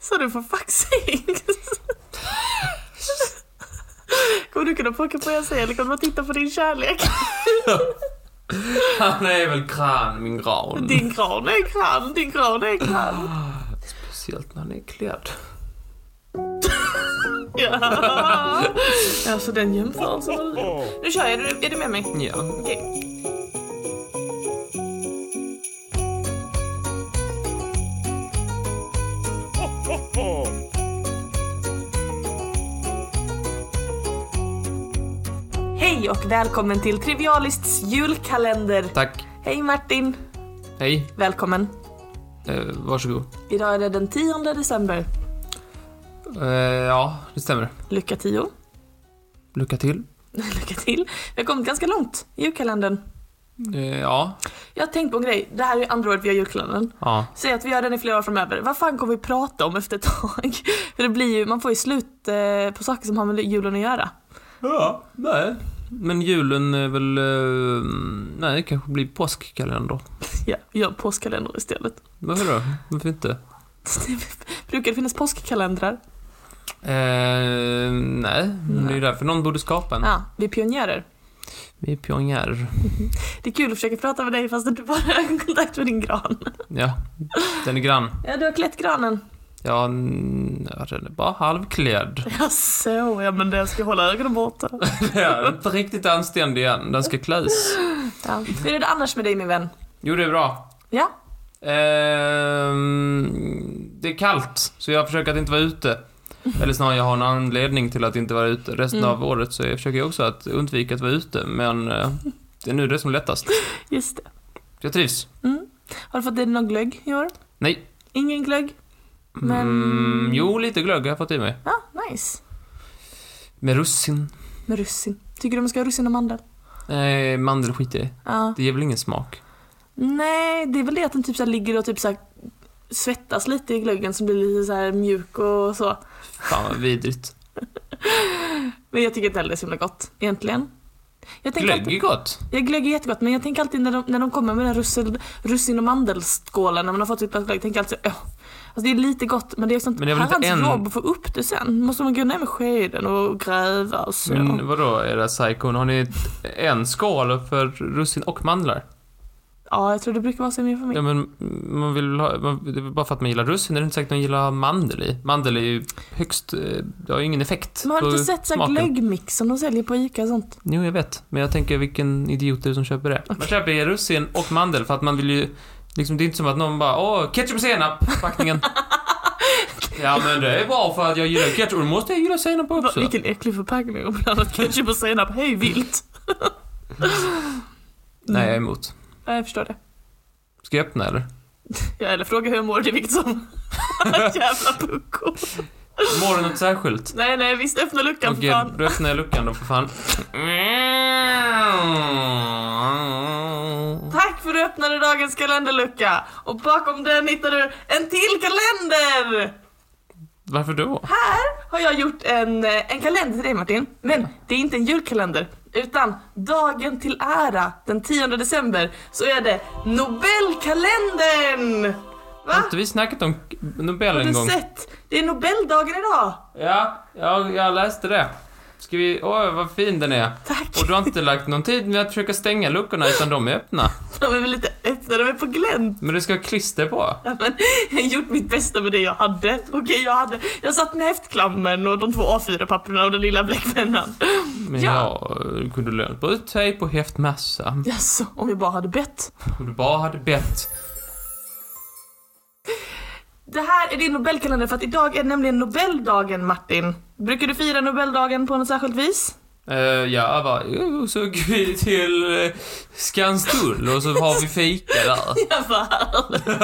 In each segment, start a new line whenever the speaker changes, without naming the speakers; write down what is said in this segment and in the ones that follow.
Så du får faxing. Kommer du kunna plocka på jag säger eller kommer man titta på din kärlek?
Han är väl kran, min gran.
Din gran är kran, din gran är kran.
Speciellt när han är klädd.
Ja. Alltså den jämförelsen var rolig. Nu kör jag, är du, är du med mig?
Ja.
Okej. Hej och välkommen till Trivialists julkalender.
Tack.
Hej Martin,
Hej.
välkommen.
Eh, varsågod.
Idag är det den 10 december.
Eh, ja, det stämmer.
Lycka tio.
Lycka till.
Lycka till. Vi har kommit ganska långt i julkalendern.
Eh, ja.
Jag har tänkt på en grej. Det här är ju andra året vi har julkalendern.
Ja.
Säg att vi gör den i flera år framöver. Vad fan kommer vi prata om efter ett tag? För det blir ju, man får ju slut eh, på saker som har med julen att göra.
Ja, nej. Men julen är väl... Eh, nej, det kanske blir påskkalender.
Ja, gör en påskkalender istället.
Varför då? Varför inte?
Det brukar det finnas påskkalendrar?
Eh, nej, men det är ju därför någon borde skapa en.
Ja, vi är pionjärer.
Vi är pionjärer.
Det är kul att försöka prata med dig fast att du bara har kontakt med din gran.
Ja, den är grann.
Ja, du har klätt granen.
Ja, mm, ja, den är bara halvklädd.
Ja, så. Ja, men det jag ska hålla ögonen borta.
Den är inte riktigt anständig än. Den ska kläs.
Ja. Hur är det annars med dig min vän?
Jo, det är bra.
Ja,
Ehm, det är kallt, så jag försöker att inte vara ute. Eller snarare, jag har en anledning till att inte vara ute. Resten
Mm.
av året så jag försöker jag också att undvika att vara ute, men eh, det är nu det är som lättast.
just det. Mm.
Jag trivs.
Har du fått i dig någon glögg i år?
Nej.
Ingen glögg? Men-
Mm, jo, lite glögg har jag fått i mig.
Ja, nice.
Med russin.
Med russin. Tycker du man ska ha russin och mandel?
Nej, mandel skiter jag i.
Ja.
Det ger väl ingen smak.
Nej, det är väl det att den typ så här ligger och typ så här svettas lite i glöggen som blir lite så här mjuk och så.
Fan vad vidrigt.
Men jag tycker inte heller det är så himla gott egentligen. Jag tänker
Glögg
Alltid,
är gott.
ja, glögg är jättegott men jag tänker alltid när de, när de kommer med den russin, russin och mandelskålen när man har fått sitt glas glögg, tänker jag alltid så, "Åh." Alltså det är lite gott men det är sånt
Men det är väl inte
herrans
en-
jobb att få upp det sen. Måste man gå ner med skeden och gräva och så.
Men vadå, era psykon? Har ni ett- en skål för russin och mandlar?
Ja, jag tror det brukar vara så i min familj.
Ja, men man vill ha, man, det är väl bara för att man gillar russin är det inte säkert man gillar mandel i. Mandel är ju högst, eh, det har ju ingen effekt
Men har du
på
inte sett så här
smaken.
glöggmix som de säljer på Ica och sånt?
Jo, jag vet. Men jag tänker vilken idiot det är som köper det. Man köper ju russin och mandel för att man vill ju, liksom det är inte som att någon bara åh, ketchup och senap, förpackningen. ja, men det är bra för att jag gillar ketchup, då måste jag gilla senap
Va,
också.
vilken äcklig förpackning och blandat ketchup och senap. Hej vilt!
Nej, jag är emot.
Ja, jag förstår det.
Ska jag öppna eller?
Ja, eller fråga hur jag mår, det är vilket som. Jävla pucko.
Mår du något särskilt?
Nej, nej, visst öppna luckan
Okej,
för fan.
då öppnar jag luckan då för fan.
Tack för att du öppnade dagens kalenderlucka! Och bakom den hittar du en till kalender!
Varför då?
Här har jag gjort en, eh, en kalender till dig Martin. Men det är inte en julkalender, utan dagen till ära den 10 december så är det Nobelkalendern! Va?
Har inte vi snackat om Nobel
Har
en
du
gång?
sett? Det är Nobeldagen idag!
Ja, jag, jag läste det. Ska vi... Åh, vad fin den är.
Tack!
Och du har inte lagt någon tid med att försöka stänga luckorna, utan de är öppna.
De är väl lite öppna, de är på glänt.
Men det ska vara klister på.
Ja, men jag har gjort mitt bästa med det jag hade. Okej, jag hade. Jag satt med häftklammen och de två A4-papperna och den lilla bläckpennan.
Men
Ja.
jag eh, kunde lönt bruttejp och häftmassa.
Jaså, om jag bara hade bett.
Om du bara hade bett.
Det här är din Nobelkalender för att idag är det nämligen Nobeldagen, Martin. Brukar du fira Nobeldagen på något särskilt vis?
Eh, ja, bara, "Jo, så gick vi till eh, Skanstull och så har vi fika där.
Ja, vad härligt.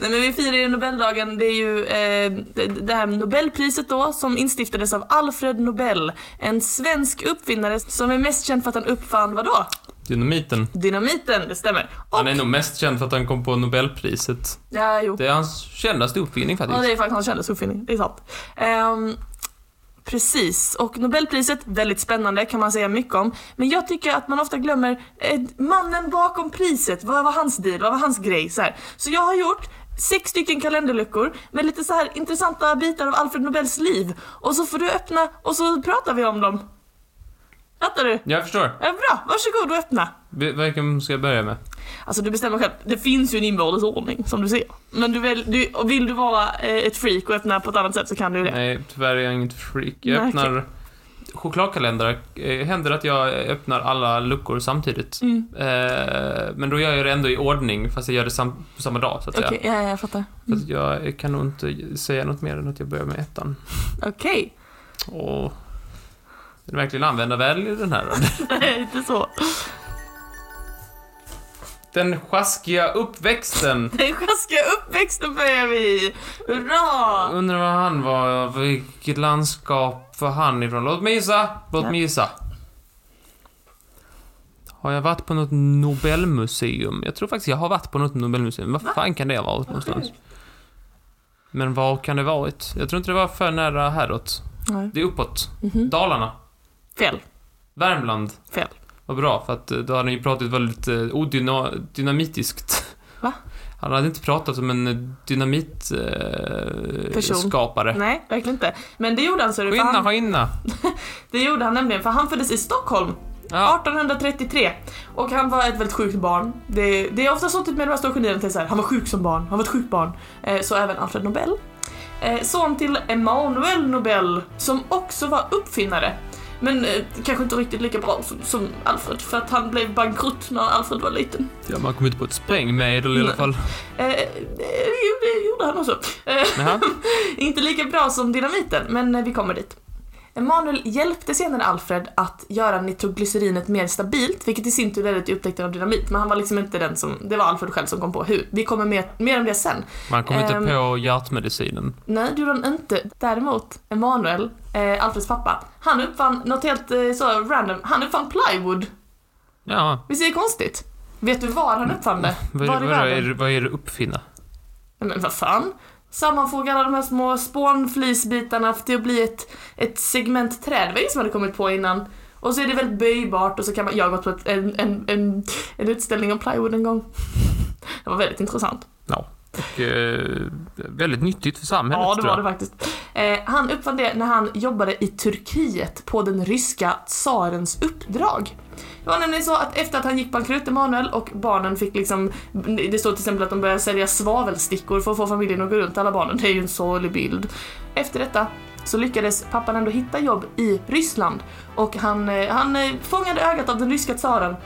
Nej, men vi firar ju Nobeldagen. Det är ju eh, det- det här Nobelpriset då som instiftades av Alfred Nobel. En svensk uppfinnare som är mest känd för att han uppfann vad då?
Dynamiten.
Dynamiten, det stämmer. Och,
Han är nog mest känd för att han kom på Nobelpriset.
ja, jo.
Det är hans kändaste uppfinning
Ja, det
faktiskt.
är faktiskt hans kändes uppfinning, det är sant. Ehm, precis, och Nobelpriset, väldigt spännande kan man säga mycket om. Men jag tycker att man ofta glömmer eh, mannen bakom priset, vad var hans deal, vad var hans grej? Så, här. så jag har gjort sex stycken kalenderluckor med lite så här intressanta bitar av Alfred Nobels liv. Och så får du öppna och så pratar vi om dem. Fattar du?
Jag förstår.
Ja, bra, varsågod och öppna.
V- Vilken ska jag börja med?
Alltså du bestämmer själv. Det finns ju en inbördes ordning som du ser. Men du väl, du, och vill du vara eh, ett freak och öppna på ett annat sätt så kan du ju det.
Nej, tyvärr är jag inget freak.
Nej,
Jag öppnar chokladkalendrar. Eh, händer att jag öppnar alla luckor samtidigt.
Mm.
Eh, men då gör jag det ändå i ordning, fast jag gör det sam- på samma dag, så att
Okej, Mm.
säga.
ja, ja, jag fattar.
Så att jag kan nog inte säga något mer än att jag börjar med ettan.
Okej,
Och... Är det verkligen använda väl i den här?
Nej, inte så.
Den sjaskiga uppväxten.
Den sjaskiga uppväxten börjar vi i. Hurra!
Undrar vad han var, vilket landskap var han ifrån? Låt mig gissa! Låt mig gissa. Har jag varit på något Nobelmuseum? Jag tror faktiskt jag har varit på något Nobelmuseum. Vad fan kan det ha varit någonstans? Men var kan det ha varit? Jag tror inte det var för nära häråt.
Nej.
Det är uppåt.
Mhm.
Dalarna.
Fel.
Värmland.
Fel.
Vad bra, för att eh, då hade han ju pratat väldigt eh, odynamitiskt.
Va?
Han hade inte pratat som en dynamitskapare. Eh,
Person.
skapare.
Nej, verkligen inte. Men det gjorde han, så du, för
Skynda,
han,
skynda!
det gjorde han nämligen, för han föddes i Stockholm
Ja,
1833 och han var ett väldigt sjukt barn. Det, det är ofta så typ med de här stora genierna, till så här, han var sjuk som barn, han var ett sjukt barn. Eh, så även Alfred Nobel. Eh, son till Emanuel Nobel som också var uppfinnare. Men eh, kanske inte riktigt lika bra som, som Alfred för att han blev bankrutt när Alfred var liten.
ja man kom ut på ett sprängmedel i alla fall.
Eh, eh, jo, det gjorde han också. Eh,
Jaha.
inte lika bra som dynamiten, men eh, vi kommer dit. Emanuel hjälpte senare Alfred att göra nitroglycerinet mer stabilt, vilket i sin tur ledde till upptäckten av dynamit. Men han var liksom inte den som, det var Alfred själv som kom på hur. Vi kommer mer, mer om det sen.
Man kom inte
Ehm.
på hjärtmedicinen.
Nej, det gjorde han inte. Däremot, Emanuel, eh, Alfreds pappa, han uppfann något helt eh, så random, han uppfann plywood.
Ja,
Visst är det konstigt? Vet du var han uppfann det?
vad,
Var i
vad, vad,
världen?
är, det- vad är det uppfinna?
Nej, Men vad fan? Sammanfoga alla de här små spånflisbitarna till att bli ett, ett segment träd. Det var ingen som hade kommit på innan. Och så är det väldigt böjbart och så kan man... Jag har gått på ett, en, en, en, en utställning om plywood en gång. Det var väldigt intressant.
Och, eh, väldigt nyttigt för samhället
Ja, det
tror
var
jag.
det faktiskt. Eh, han uppfann det när han jobbade i Turkiet på den ryska tsarens uppdrag. Det var nämligen så att efter att han gick bankrutt, Emanuel, och barnen fick liksom... Det står till exempel att de började sälja svavelstickor för att få familjen att gå runt, alla barnen. Det är ju en sorglig bild. Efter detta så lyckades pappan ändå hitta jobb i Ryssland och han, eh, han eh, fångade ögat av den ryska tsaren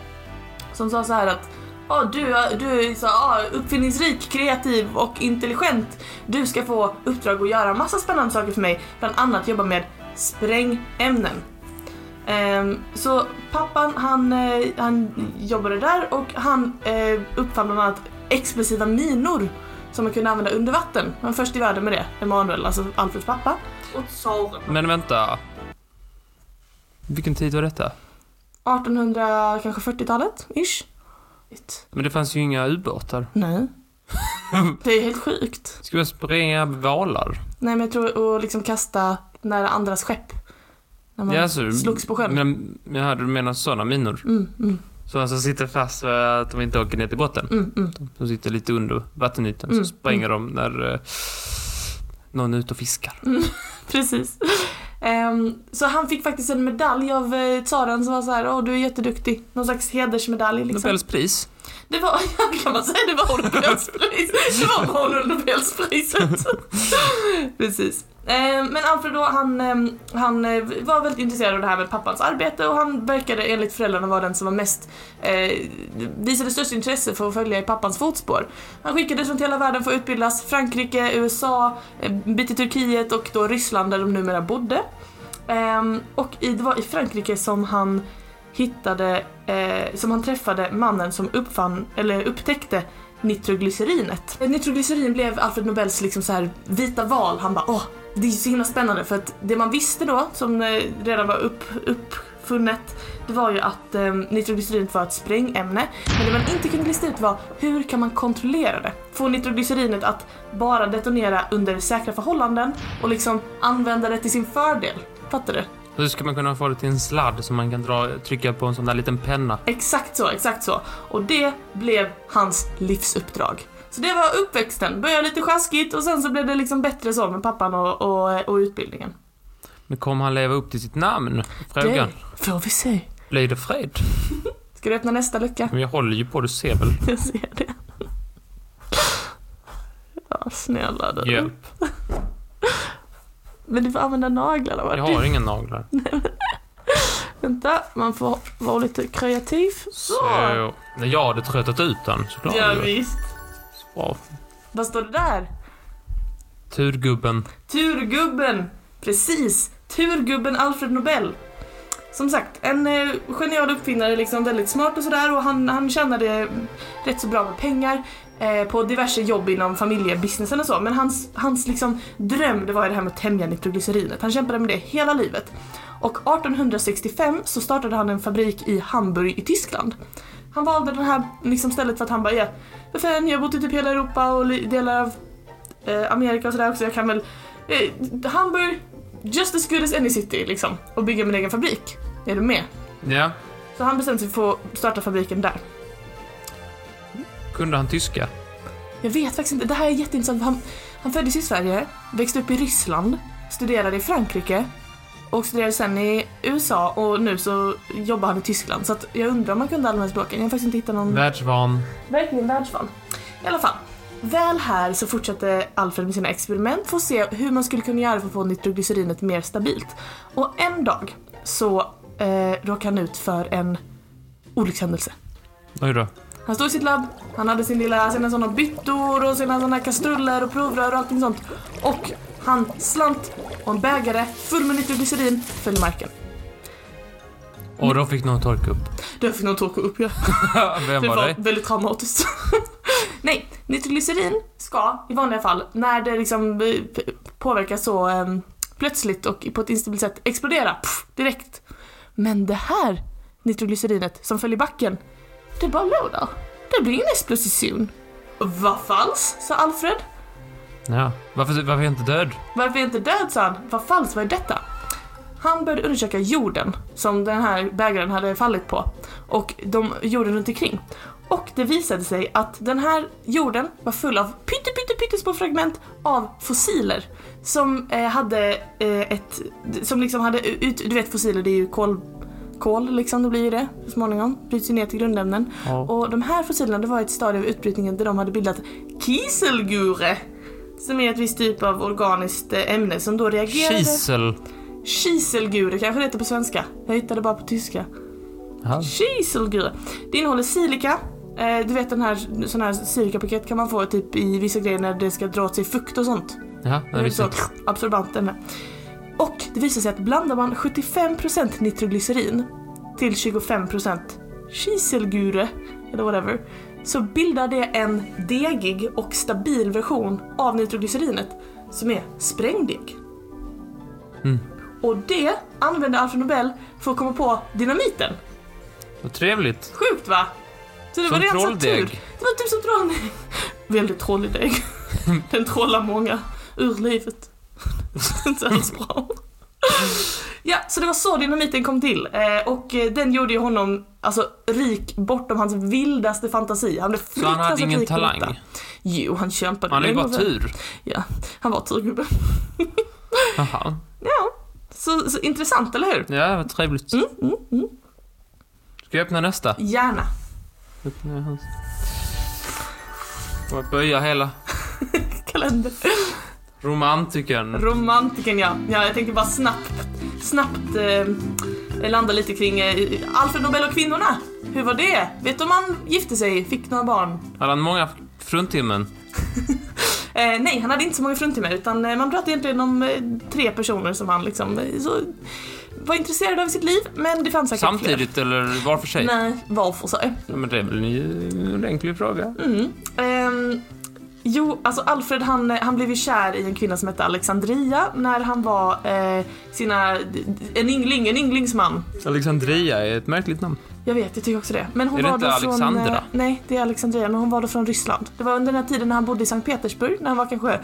som sa så här att Ja, du, är- du är så, ja, uppfinningsrik, kreativ och intelligent. Du ska få uppdrag att göra massa spännande saker för mig, bland annat jobba med sprängämnen. Ehm, så pappan han, eh, han jobbade där och han eh, uppfann bland annat explosiva minor som man kunde använda under vatten. Han var först i världen med det, Emanuel, alltså Alfreds pappa. Och tsaren.
Men vänta. Vilken tid var detta?
1840-talet, ish. Shit.
Men det fanns ju inga ubåtar.
Nej. Det är helt sjukt.
Ska man spränga valar?
Nej men jag tror att liksom kasta nära andras skepp. När man
Ja, alltså,
slogs på sjön.
Men, ja, du menar sådana minor?
Mm, mm,
Sådana som sitter fast för att de inte åker ner till botten?
mm, mm.
De sitter lite under vattenytan,
Mm,
så spränger de när eh, någon är ute och fiskar.
Precis. Ehm, så han fick faktiskt en medalj av eh, tsaren som var så här, åh du är jätteduktig. Någon slags hedersmedalj liksom.
Nobels pris.
Det var, kan man säga, det var Nobelspris. Det var bara Nobelpriset. Precis. Eh, Men Alfred då, han, eh, han eh, var väldigt intresserad av det här med pappans arbete och han verkade enligt föräldrarna vara den som var mest, eh, visade störst intresse för att följa i pappans fotspår. Han skickades runt hela världen för att utbildas, Frankrike, USA, eh, en bit i Turkiet och då Ryssland där de numera bodde. Ehm, och i, det var i Frankrike som han hittade, eh, som han träffade mannen som uppfann, eller upptäckte nitroglycerinet. Nitroglycerin blev Alfred Nobels liksom så här vita val. Han bara åh, det är så himla spännande för att det man visste då som eh, redan var upp, uppfunnet det var ju att eh, nitroglycerinet var ett sprängämne. Men det man inte kunde lista ut var hur kan man kontrollera det? Få nitroglycerinet att bara detonera under säkra förhållanden och liksom använda det till sin fördel. Fattar du?
Hur ska man kunna få det till en sladd som man kan dra, trycka på en sån där liten penna?
Exakt så, exakt så. Och det blev hans livsuppdrag. Så det var uppväxten. Började lite sjaskigt och sen så blev det liksom bättre så med pappan och, och, och utbildningen.
Men kommer han leva upp till sitt namn? Frågan.
Det får vi se.
Blir det fred?
Ska du öppna nästa lucka?
Men jag håller ju på, du ser väl?
Jag ser det. Ja, snälla du.
Hjälp.
Men du får använda naglarna
Jag
Martin.
har inga naglar.
Vänta, man får vara lite kreativ.
Så. Nej, Jag hade tröttat ut den såklart.
Ja, visst.
Bra.
Vad står det där?
Turgubben.
Turgubben! Precis! Turgubben Alfred Nobel. Som sagt, en eh, genial uppfinnare, liksom väldigt smart och sådär och han, han tjänade eh, rätt så bra med pengar eh, på diverse jobb inom familjebusinessen och så men hans, hans liksom dröm det var ju det här med att tämja nitroglycerinet. Han kämpade med det hela livet. Och 1865 så startade han en fabrik i Hamburg i Tyskland. Han valde det här liksom stället för att han bara ja, vad fan jag har bott i typ hela Europa och li- delar av eh, Amerika och sådär också, jag kan väl Eh, Hamburg, just as good as any city liksom. Och bygga min egen fabrik. Är du med?
Ja.
Så han bestämde sig för att starta fabriken där.
Kunde han tyska?
Jag vet faktiskt inte, det här är jätteintressant. Han, han föddes i Sverige, växte upp i Ryssland, studerade i Frankrike och studerade sen i USA och nu så jobbar han i Tyskland. Så att jag undrar om han kunde alla de här språken. Jag har faktiskt inte hittat någon...
Världsvan.
Verkligen världsvan. I alla fall. Väl här så fortsatte Alfred med sina experiment för att se hur man skulle kunna göra för att få nitroglycerinet mer stabilt. Och en dag så eh, råkade han ut för en olyckshändelse.
Oj då.
Han stod i sitt labb, han hade sin lilla, sina såna byttor och sina såna kastruller och provrör och allting sånt. Och han slant och en bägare full med nitroglycerin föll i marken.
Och då fick någon torka upp.
Det fick nog torka upp ja.
Vem
Det
var
var
det?
väldigt traumatiskt. Nej, nitroglycerin ska i vanliga fall, när det liksom eh, p- påverkas så eh, plötsligt och på ett instabilt sätt, explodera pff, direkt. Men det här nitroglycerinet som föll i backen, det bara låg där. Det blir ingen explosion. Vad falskt, sa Alfred.
Ja. Varför, varför är jag inte död?
Varför är jag inte död, sa han. Vad falskt, vad är detta? Han började undersöka jorden som den här bägaren hade fallit på och de jorden runt omkring. Och det visade sig att den här jorden var full av pytte, pytte, pyttesmå fragment av fossiler som eh, hade eh, ett, som liksom hade ut, du vet fossiler det är ju kol, kol liksom, det blir ju det så småningom, bryts ju ner till grundämnen.
Ja.
Och de här fossilerna det var ett stadium av utbrytningen där de hade bildat kiselgure. Som är ett visst typ av organiskt eh, ämne som då reagerade...
Kisel.
Kiselgure kanske det heter på svenska. Jag hittade bara på tyska.
Ja.
Kiselgure. Det innehåller silika. Eh, du vet den här, sån här silikapaket kan man få typ i vissa grejer när det ska dra åt sig fukt och sånt.
Ja,
Det
jag
är
visste
så
inte.
absorbant ämne. Och det visar sig att blandar man 75% nitroglycerin till 25% kiselgure, eller whatever, så bildar det en degig och stabil version av nitroglycerinet som är sprängdeg.
Mm.
Och det använde Alfred Nobel för att komma på dynamiten.
Vad trevligt.
Sjukt va? Så det
Som
var rent så tur.
trolldeg.
Det var typ som trolldeg. Väldigt trollig deg. Den trollar många ur livet. Det är inte alls bra. Ja, så det var så dynamiten kom till. Eh, Och eh, den gjorde ju honom alltså, rik bortom hans vildaste fantasi. Han blev
Så han hade
fruktansvärt
ingen
rik på detta.
talang?
Jo, han kämpade.
Han hade ju
länge
bara typ-
och väl.
tur.
Han var turgubbe.
Jaha.
Så, så intressant, eller hur?
Ja, vad trevligt.
Mm, mm, mm.
Ska jag öppna nästa?
Gärna.
Öppna hans. Får jag böja hela
Kalender.
romantiken.
Romantiken ja. ja. Jag tänkte bara snabbt, snabbt eh, landa lite kring eh, Alfred Nobel och kvinnorna. Hur var det? Vet du om han gifte sig, fick några barn?
Hade han många fruntimmen?
Eh, nej, han hade inte så många fruntimmer utan eh, man pratar egentligen om eh, tre personer som han liksom eh, så, var intresserad av i sitt liv men det fanns säkert
Samtidigt eller var för sig?
fler. Nej, var för sig.
Ja, Men det är väl en, en enkel fråga?
Mm. Ehm, jo, alltså Alfred han, han blev ju kär i en kvinna som hette Alexandria när han var eh, sina, en yngling, en ynglingsman.
Alexandria är ett märkligt namn.
Jag vet, jag tycker också det. Men hon
Är det
var
inte
då Från,
Alexandra?
eh, nej, det är Alexandria, men hon var då från Ryssland. Det var under den här tiden när han bodde i Sankt Petersburg, när han var kanske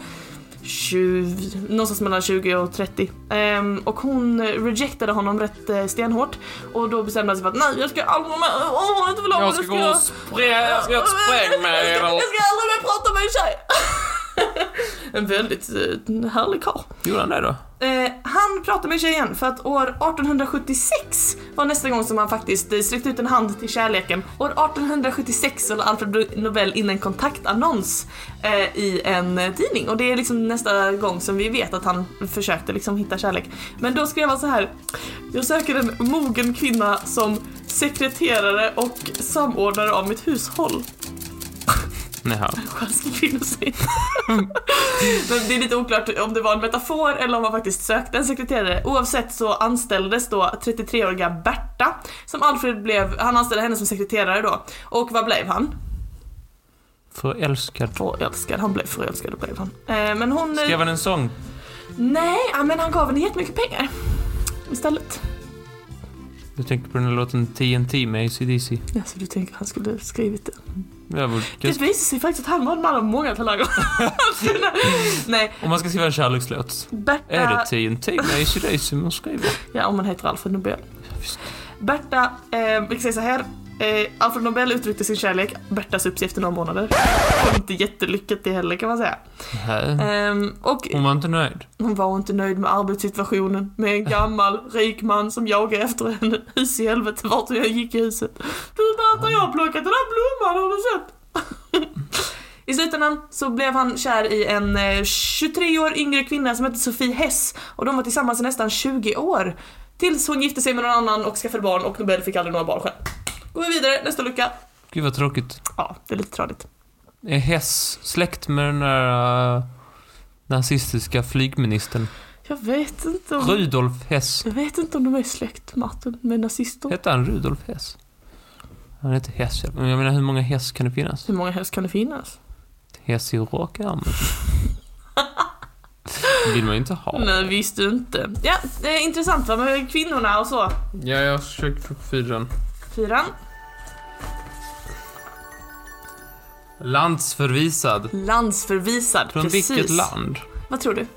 20, någonstans mellan 20 och 30. Ehm, och hon eh, rejectade honom rätt eh, stenhårt. Och då bestämde han sig för att nej, jag ska aldrig vara med, åh, jag är inte förlovad,
Jag ska gå och sprä... Jag ska spränga mig.
Jag ska,
eller-
jag ska aldrig mer prata med en tjej. en väldigt eh, härlig karl.
Gjorde han det då?
Eh, han pratar med tjejen för att år 1876 var nästa gång som han faktiskt eh, sträckte ut en hand till kärleken. År 1876 så la Alfred Nobel in en kontaktannons eh, i en eh, tidning och det är liksom nästa gång som vi vet att han försökte liksom hitta kärlek. Men då skrev han så här. Jag söker en mogen kvinna som sekreterare och samordnare av mitt hushåll.
Jaha.
Sjöskrivelsen. Men det är lite oklart om det var en metafor eller om man faktiskt sökte en sekreterare. Oavsett så anställdes då 33-åriga Berta som Alfred blev, han anställde henne som sekreterare då. Och vad blev han?
Förälskad.
Förälskad, han blev förälskad och blev han. Eh, men hon... eh,
Skrev han en sång?
Nej, ja, men han gav henne jättemycket pengar. Istället.
Du tänker på den här låten TNT med ACDC.
Ja, så du tänker han skulle skrivit det?
Jag var
Det
ganska-
visar sig faktiskt att han var en man av många talanger. Nej,
Om man ska skriva en kärlekslåt.
Berta...
Är det TNT med ACDC man skriver?
Ja, om man heter Alfred Nobel.
visst.
Berta, eh, vi kan säga så här. Eh, Alfred Nobel uttryckte sin kärlek, Berta sups efter några månader. Och inte jättelyckat det heller kan man säga.
Nej.
Ehm, och
Hon var inte nöjd.
hon var inte nöjd med arbetssituationen, med en gammal rik man som jagade efter henne. Hus i helvete vart jag gick i huset. Du Berta, jag har plockat den här blomman, har du sett? I slutändan så blev han kär i en eh, 23 år yngre kvinna som hette Sofie Hess och de var tillsammans i nästan 20 år. Tills hon gifte sig med någon annan och skaffade barn och Nobel fick aldrig några barn själv. Går vi vidare, nästa lucka.
Gud vad tråkigt.
Ja, det är lite tradigt.
Är Hess släkt med den där eh, nazistiska flygministern?
Jag vet inte om...
Rudolf Hess.
Jag vet inte om de är släkt, Martin, med nazister.
Hette han Rudolf Hess? Han hette Hess, ja. men jag menar hur många Hess kan det finnas?
Hur många häst kan det finnas?
Hess i rakärmen. vill man ju inte ha.
Nej, visste du inte. Ja, det är intressant va, med kvinnorna och så.
Ja, jag försöker få upp fyran.
Fyran.
Landsförvisad.
Landsförvisad,
Från
precis.
vilket land?
Vad tror du?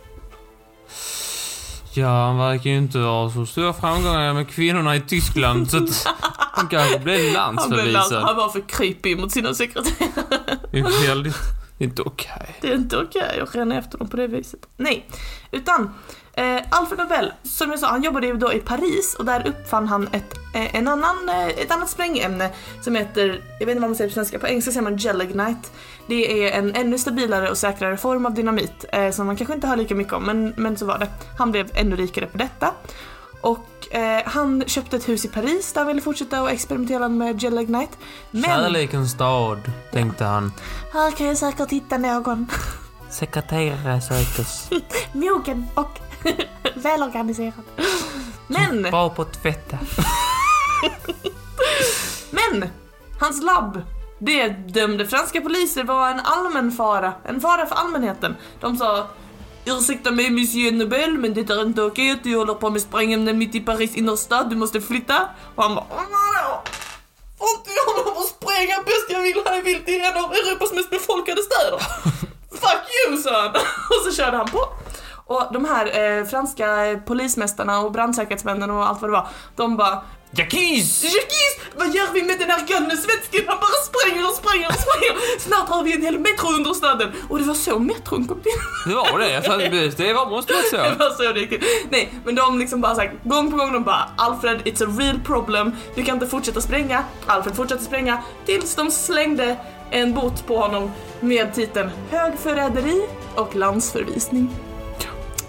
Ja, han verkar ju inte ha så stora framgångar med kvinnorna i Tyskland så att han kanske blev
Han, blev lands-
landsförvisad.
han var för creepy mot sina sekreterare.
Det är väldigt... Det är inte okej.
Det är inte okej att ränna efter dem på det viset. Nej, utan eh, Alfred Nobel, som jag sa, han jobbade ju då i Paris och där uppfann han ett, eh, en annan, eh, ett annat sprängämne som heter, jag vet inte vad man säger på svenska, på engelska säger man gelignite. Det är en ännu stabilare och säkrare form av dynamit eh, som man kanske inte hör lika mycket om, men, men så var det. Han blev ännu rikare på detta. Och eh, han köpte ett hus i Paris där han ville fortsätta att experimentera med gelignite. Men
Kärlekens stad, tänkte han.
här kan jag säkert hitta någon.
Sekreterare säkert.
mogen och välorganiserad. Men,
Bra på att tvätta.
men! Hans labb, det dömde franska poliser var en allmän fara. En fara för allmänheten. De sa Ursäkta mig monsieur Nobel, men det är inte okej att du håller på med sprängämnen mitt i Paris innerstad, du måste flytta. Och han bara "Åh, vadå? Får inte jag hålla på och spränga bäst jag vill här jag vill till en av Europas mest befolkade städer? Fuck you sa han! Och så körde han på. Och de här eh, franska eh, polismästarna och brandsäkerhetsmännen och allt vad det var, de bara
Jackis!
Jackis, vad gör vi med den här galne svensken? Han bara spränger och spränger och spränger. Snart har vi en hel metro under staden. Och det var så metron kom till.
Det var det. Fast det var, måste vara
Det
så.
var så det gick till. Nej, men de liksom bara sagt gång på gång, de bara Alfred, it's a real problem. Du kan inte fortsätta spränga. Alfred fortsatte spränga tills de slängde en bot på honom med titeln högförräderi och landsförvisning.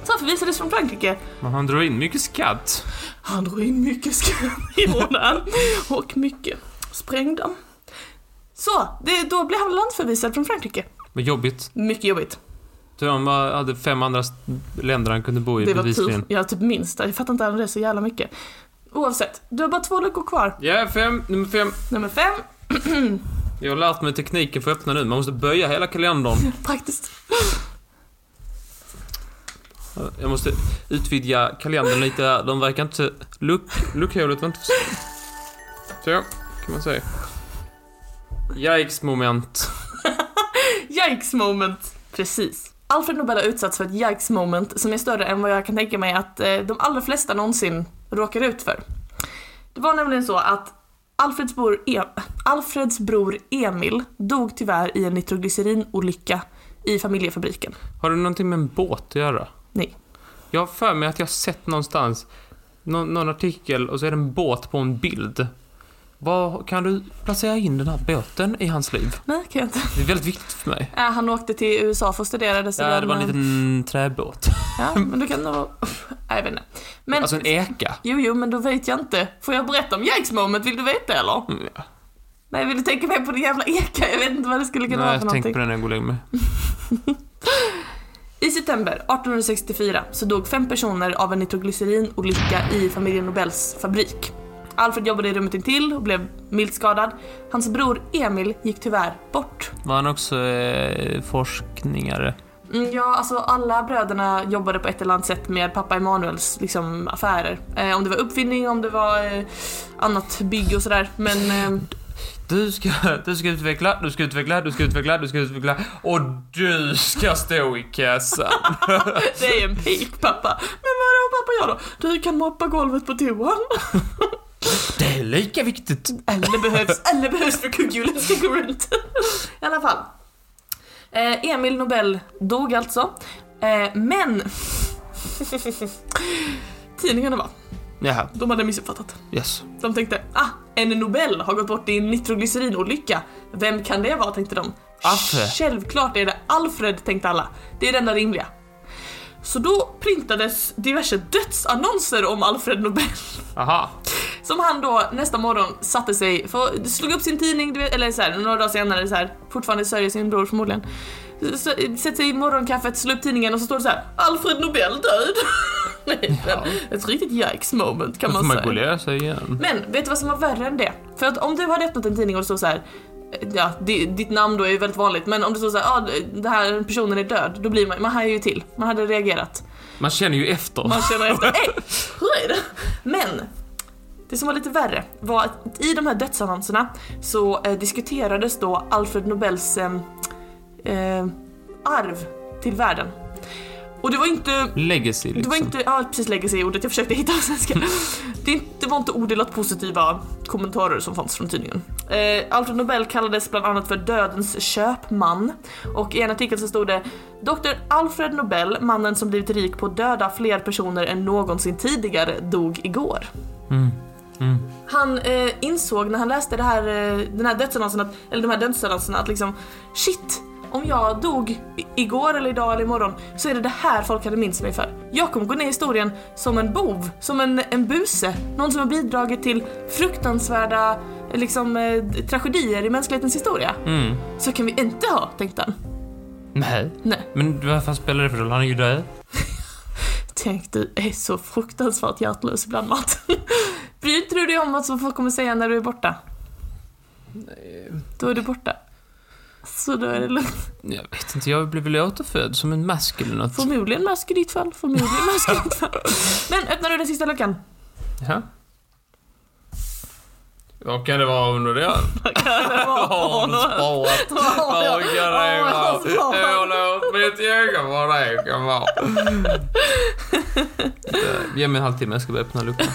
Så han förvisades från Frankrike
Men han drog in mycket skatt.
Han drog in mycket skam i honan och mycket sprängdamm. Så, det, då blev han landsförvisad från Frankrike.
Men jobbigt.
Mycket jobbigt.
Tur han bara hade fem andra s- länder han kunde bo i
Det var tur.
bevisligen.
Jag typ minns det. Jag fattar inte det så jävla mycket. Oavsett, du har bara två luckor kvar.
Ja, fem. Nummer fem.
Nummer fem,
Jag har lärt mig tekniken för att öppna nu. Man måste böja hela kalendern.
praktiskt.
Jag måste utvidga kalendern lite. här. De verkar inte... Luck, luckhålet var inte... Så, kan man säga. Yikes moment.
Yikes moment. Precis. Alfred Nobel har utsatts för ett yikes moment som är större än vad jag kan tänka mig att eh, de allra flesta någonsin råkar ut för. Det var nämligen så att Alfreds bror, e- Alfreds bror Emil dog tyvärr i en nitroglyrcerinolycka i familjefabriken.
Har du någonting med en båt att göra?
Nej.
Jag har för mig att jag har sett någonstans nå- någon artikel och så är det en båt på en bild. Vad kan du placera in den här båten i hans liv?
Nej, kan jag inte.
Det är väldigt viktigt för mig.
Äh, han åkte till USA för att studera. Det, så
Ja,
den,
det var en
eh,
liten träbåt.
Ja, men du kan nog... Nej, jag vet inte. Men,
Alltså en eka.
jo, jo, men då vet jag inte. Får jag berätta om yikes moment? Vill du veta eller?
Mm, ja.
Nej, vill du tänka mer på din jävla eka? Jag vet inte vad det skulle kunna
Nej,
vara för
jag tänkte
någonting.
på den när jag går och lägger mig.
I september 1864 så dog fem personer av en nitroglyrcerinolycka i familjen Nobels fabrik. Alfred jobbade i rummet intill och blev milt skadad. Hans bror Emil gick tyvärr bort.
Var han också eh, forskningare?
Mm, ja, alltså alla bröderna jobbade på ett eller annat sätt med pappa Emanuels liksom, affärer. Eh, om det var uppfinning, om det var eh, annat bygg och sådär. Men eh,
Du ska, du ska utveckla, du ska utveckla, du ska utveckla, du ska utveckla och du ska stå i kassan.
det är en pik pappa. Men vad har pappa jag då? Du kan moppa golvet på toan.
Det är lika viktigt.
Eller behövs, eller behövs för kugghjulen ska gå runt. I alla fall. Eh, Emil Nobel dog alltså. Eh, men... Tidningarna va?
Jaha,
De hade missuppfattat.
yes.
De tänkte, ah, en Nobel har gått bort i en nitroglyrcerinolycka. Vem kan det vara, tänkte de.
Affe.
Självklart är det Alfred, tänkte alla. Det är det enda rimliga. Så då printades diverse dödsannonser om Alfred Nobel.
Aha.
Som han då nästa morgon satte sig, för, slog upp sin tidning, du vet, eller så här, några dagar senare, så här, fortfarande sörjer sin bror förmodligen. Så, så, sätter sig i morgonkaffet, slår upp tidningen och så står det så här: Alfred Nobel död. Nej,
Ja.
men Ett riktigt yikes moment
Då
kan
får
man
man gå och
säga.
lära sig igen.
Men vet du vad som var värre än det? För att om du hade öppnat en tidning och det stod så här. Ja, di- ditt namn då är ju väldigt vanligt, men om det står så här, ah, det här personen är död, då blir man, man hajar ju till. Man hade reagerat.
Man känner ju efter.
Man känner efter, "Ey, hur är det? Men det som var lite värre var att i de här dödsannonserna så eh, diskuterades då Alfred Nobels eh, eh, arv till världen. Och det var inte
Legacy liksom.
det var inte, ja precis legacy är ordet, jag försökte hitta på svenska. Det, är inte- det var inte odelat positiva kommentarer som fanns från tidningen. Eh, Alfred Nobel kallades bland annat för dödens köpman och i en artikel så stod det Dr. Alfred Nobel, mannen som blivit rik på att döda fler personer än någonsin tidigare, dog igår.
Mm. Mm.
Han eh, insåg när han läste det här, eh, den här dödsannonsen, att, eller de här dödsannonserna att liksom shit, om jag dog i- igår eller idag eller imorgon så är det det här folk hade minst mig för. Jag kommer gå ner i historien som en bov, som en, en buse, någon som har bidragit till fruktansvärda eh, liksom, eh, tragedier i mänsklighetens historia.
Mm.
Så kan vi inte ha, tänkte han.
Nej.
Nej.
Men vad fan spelar det för roll? Han är ju död.
Tänk du är så fruktansvärt hjärtlös ibland Martin. Bryr inte du dig om vad som folk kommer säga när du är borta? Då är du borta. Så då är det lugnt.
Jag vet inte, jag blev väl återfödd som en mask eller något.
Förmodligen mask i ditt fall, förmodligen mask i ditt fall. Men öppnar du den sista luckan?
Ja. Vad kan det vara under det? Barnsparat. Vad kan det vara? Jag låter mitt öga vad det kan vara. Eh, Ge mig en halvtimme, jag ska bara öppna luckan.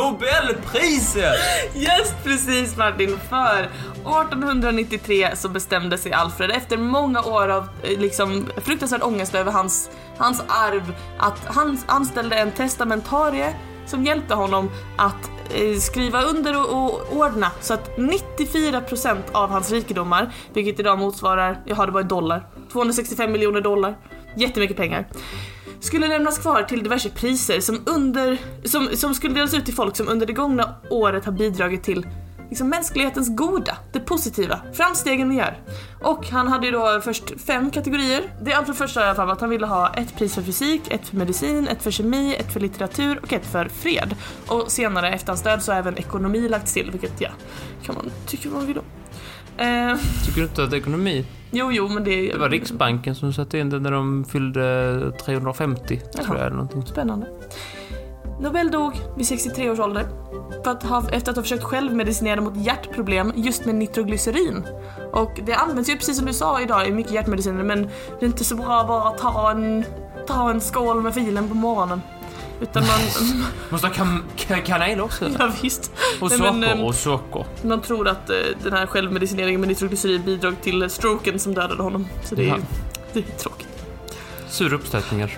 Nobelpriset!
Just precis Martin, för 1893 så bestämde sig Alfred efter många år av eh, liksom, fruktansvärd ångest över hans, hans arv att han anställde en testamentarie som hjälpte honom att eh, skriva under och, och ordna så att 94% av hans rikedomar, vilket idag motsvarar, jag har det bara i dollar, 265 miljoner dollar, jättemycket pengar skulle lämnas kvar till diverse priser som, under, som, som skulle delas ut till folk som under det gångna året har bidragit till liksom, mänsklighetens goda, det positiva, framstegen vi gör. Och han hade ju då först fem kategorier. Det allra första i alla fall var att han ville ha ett pris för fysik, ett för medicin, ett för kemi, ett för litteratur och ett för fred. Och senare efter hans död så har även ekonomi lagts till, vilket ja, kan man tycka vad man vill om. Eh,
Tycker du inte att ekonomi...
jo, jo, men det...
Det var Riksbanken som satte in det när de fyllde 350, tror jag, eller någonting.
Spännande. Nobel dog vid 63 års ålder för att ha, efter att ha försökt självmedicinera mot hjärtproblem just med nitroglycerin. Och det används ju precis som du sa idag i mycket hjärtmediciner men det är inte så bra att bara ta en, ta en skål med filen på morgonen. Utan man...
Måste ha kan, kan, kanel också. eller?
ja, visst.
Och
Nej,
socker,
men, ehm,
och socker.
Man tror att eh, den här självmedicineringen med nitroglycerin bidrog till stroken som dödade honom. Så det är,
Ja.
ju- det är tråkigt.
Sura uppstötningar.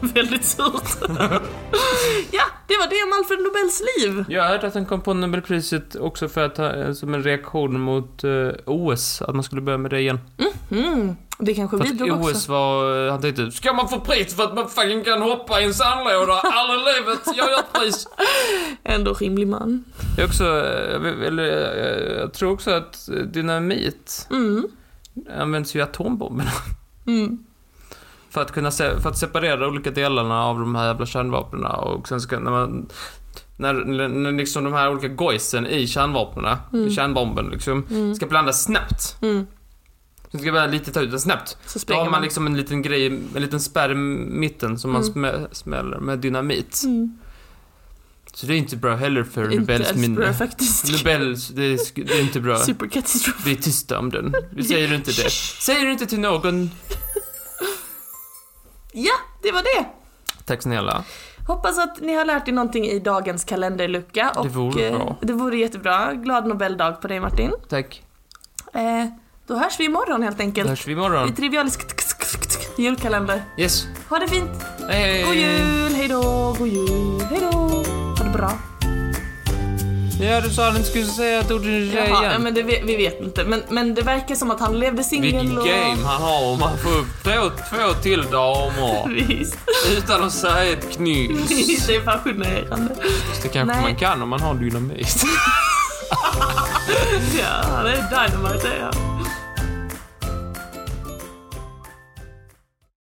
Väldigt surt. ja, det var det om Alfred Nobels liv.
Jag har hört att han kom på Nobelpriset också för att ha, eh, som en reaktion mot eh, OS, att man skulle börja med det igen.
Mm, det kanske
För att
bidrog
OS
också.
var, eh, han tänkte, ska man få pris för att man fucking kan hoppa i en sandlåda? Aldrig i livet, jag gör ett pris. Ändå
Ändå rimlig man.
Jag, är också, eh, eller, eh, jag tror också att dynamit
Mm,
används ju i atombomberna.
mm.
För att kunna se, för att separera de olika delarna av de här jävla kärnvapnen och sen ska, när man när, när liksom de här olika goisen i kärnvapnen,
Mm.
i kärnbomben liksom,
Mm.
ska blandas snabbt.
Mm.
Så ska blanda lite, ta ut den snabbt.
Så
Då
spränger
har man liksom en liten grej, en liten spärr i mitten som man
Mm.
smä, smäller med dynamit.
Mm.
Så det är inte bra heller för
Inte
Nobels
alls bra
minne.
faktiskt.
Nobels, det är, sk- det är inte bra.
Superkatastrof.
Vi är tysta om den. Vi säger inte det. Säger inte till någon.
Ja, det var det.
Tack snälla.
Hoppas att ni har lärt er någonting i dagens kalenderlucka. Och,
Det vore
eh,
bra.
Det vore jättebra. Glad Nobeldag på dig Martin.
Tack.
Eh, då hörs vi imorgon helt
Då
enkelt.
hörs vi imorgon.
I trivialisk julkalender.
Yes.
Ha det fint!
Hej.
God jul! Hej då! God jul! Hej då! Ha det bra!
Ja, du sa att du inte skulle säga att ordet är tjej
Jaha, ja,
igen.
men det, vi, vi vet inte. Men, men det verkar som att han levde
Vilken
singel och...
game han har om han får upp två, två till damer
Visst,
utan att säga ett knyst.
visst, det är fascinerande.
Det kanske
Nej.
man kan om man har dynamit.
Ja, han är dynamite det är han.